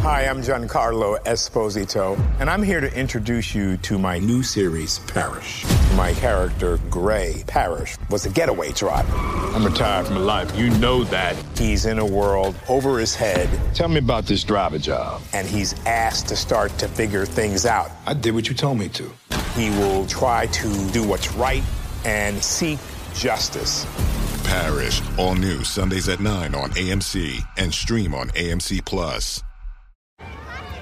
Hi, I'm Giancarlo Esposito, and I'm here to introduce you to my new series, Parish. My character, Gray Parish, was a getaway driver. I'm retired from life. You know that. He's in a world over his head, Tell me about this driver job. and he's asked to start to figure things out. I did what you told me to. He will try to do what's right and seek justice. Parish, all new Sundays at 9 on AMC and stream on AMC Plus.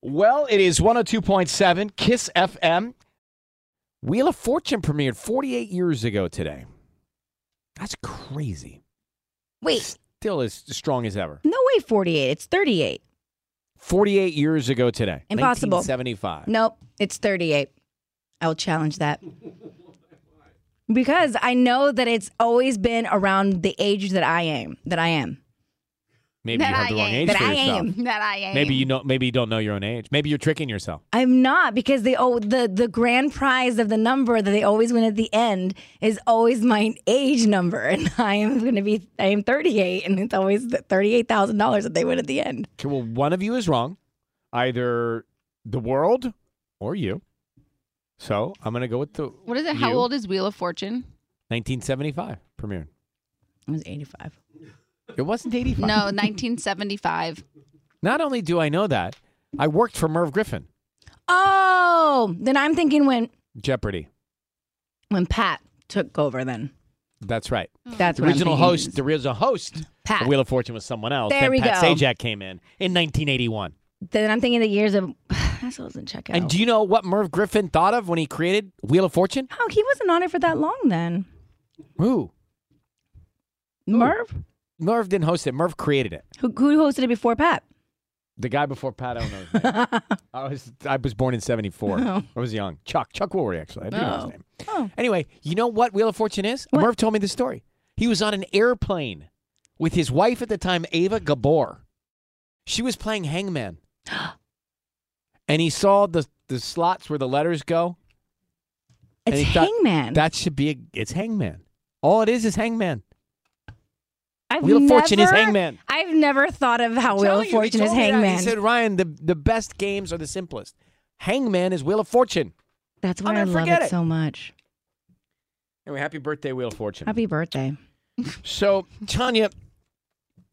Well, it is 102.7 Kiss FM. Wheel of Fortune premiered 48 years ago today. That's crazy. Wait, Still as strong as ever. no way 48. It's 38. 48 years ago today. Impossible. 1975. Nope, it's 38. I will challenge that. Because I know that it's always been around the age that I am, that I am. Maybe you That have I the wrong am. age That for I yourself. am. That I am. Maybe you know. Maybe you don't know your own age. Maybe you're tricking yourself. I'm not because they oh the the grand prize of the number that they always win at the end is always my age number, and I am going to be I am 38, and it's always the thirty-eight thousand dollars that they win at the end. Okay, well, one of you is wrong, either the world or you. So I'm gonna go with the. What is it? How you. old is Wheel of Fortune? 1975 premiered. I was 85. It wasn't 85. No, 1975. Not only do I know that, I worked for Merv Griffin, Oh, then I'm thinking when Jeopardy. when Pat took over. Then That's right. that's The what I'm original thinking. host, the original host, Pat. of Wheel of Fortune was someone else. There then we Pat go. Sajak came in in 1981. Then I'm thinking the years of. I still doesn't check out. And do you know what Merv Griffin thought of when he created Wheel of Fortune? oh, he wasn't on it for that long then. Who? Merv, Merv didn't host it. Merv created it. who who hosted it before Pat? The guy before Pat, I don't know. his name. I was I was born in '74. I was young. Chuck Chuck Woolery actually. I do know his Oh. name. Oh. Anyway, you know what Wheel of Fortune is? What? Merv told me the story. He was on an airplane with his wife at the time, Ava Gabor. She was playing Hangman, and he saw the the slots where the letters go. and It's he thought, Hangman. That should be a, it's Hangman. All it is is Hangman. I've Wheel of Fortune is never- Hangman. I've never thought of how Wheel Telling of you, he Fortune told is me that. Hangman. He said, Ryan, the, the best games are the simplest. Hangman is Wheel of Fortune. That's I'll why I never love forget it, it. so much. Anyway, happy birthday, Wheel of Fortune. Happy birthday. So, Tanya,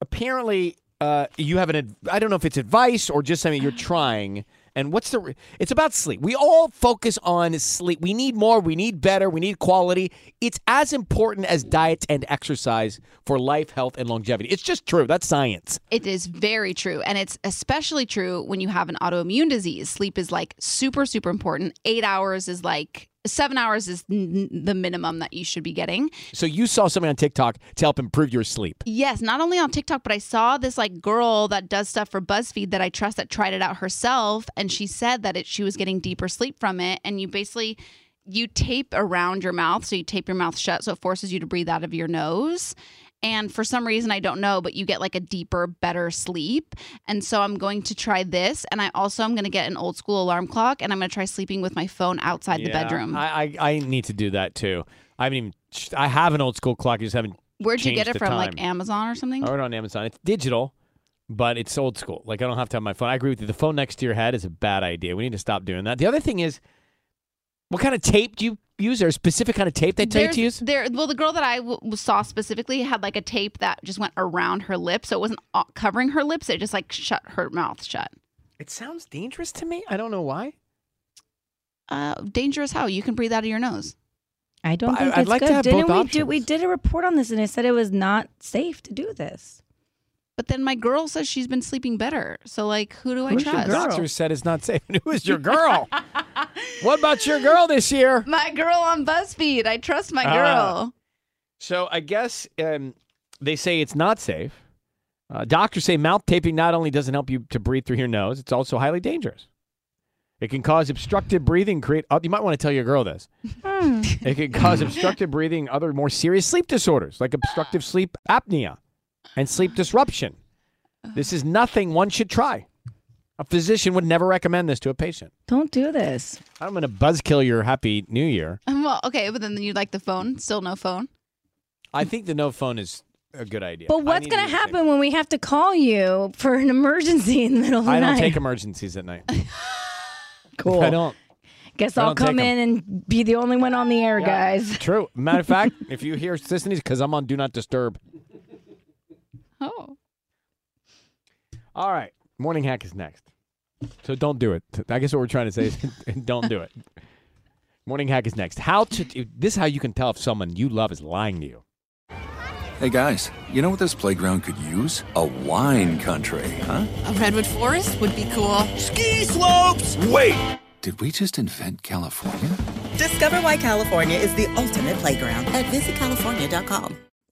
apparently uh, you have an, ad- I don't know if it's advice or just something you're trying. And what's the, re- it's about sleep. We all focus on sleep. We need more, we need better, we need quality. It's as important as diet and exercise for life, health, and longevity. It's just true. That's science. It is very true. And it's especially true when you have an autoimmune disease. Sleep is like super, super important. Eight hours is like, seven hours is n- n- the minimum that you should be getting. So, you saw something on TikTok to help improve your sleep. Yes, not only on TikTok, but I saw this like girl that does stuff for BuzzFeed that I trust that tried it out herself, and she said that it she was getting deeper sleep from it. And you basically you tape around your mouth, so you tape your mouth shut, so it forces you to breathe out of your nose. And for some reason, I don't know, but you get like a deeper, better sleep. And so I'm going to try this, and I also am going to get an old school alarm clock, and I'm going to try sleeping with my phone outside the Yeah, bedroom. I, I I need to do that too. I haven't even. I have an old school clock. I just haven't. Where'd you changed get it the from? time. Like Amazon or something? I ordered it on Amazon. It's digital, but it's old school. Like I don't have to have my phone. I agree with you. The phone next to your head is a bad idea. We need to stop doing that. The other thing is, what kind of tape do you use? Is there a specific kind of tape they tell you There's- to use? There, well, the girl that I w- saw specifically had like a tape that just went around her lip, so it wasn't uh, covering her lips. It just like shut her mouth shut. It sounds dangerous to me. I don't know why. Uh, dangerous how? You can breathe out of your nose. I don't think I'd it's like to good. have Didn't both we options. do? We did a report on this, and it said it was not safe to do this. But then my girl says she's been sleeping better. So like, who do Who's I your trust? doctor said it's not safe. Who is your girl? what about your girl this year? My girl on BuzzFeed. I trust my Ah. girl. So I guess um, they say it's not safe. Uh, doctors say mouth taping not only doesn't help you to breathe through your nose, it's also highly dangerous. It can cause obstructive breathing. Create. Oh, you might want to tell your girl this. Hmm. it can cause obstructive breathing, and other more serious sleep disorders like obstructive sleep apnea and sleep disruption. This is nothing one should try. A physician would never recommend this to a patient. Don't do this. I'm going to buzzkill your happy new year. Well, okay, but then you like the phone. Still no phone. I think the no phone is a good idea. I But what's need going do to the same. happen when we have to call you for an emergency in the middle of the I don't night? take emergencies at night. cool. I don't. Guess I I'll don't take come in 'em. and be the only one on the air, guys. True. Matter of fact, if you hear Sisney's, because I'm on Do Not Disturb. Oh, All right. Morning hack is next. So don't do it. I guess what we're trying to say is don't do it. Morning hack is next. How to? This is how you can tell if someone you love is lying to you. Hey guys, you know what this playground could use? A wine country, huh? A redwood forest would be cool. Ski slopes! Wait! Did we just invent California? Discover why California is the ultimate playground at visitcalifornia.com.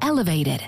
elevated.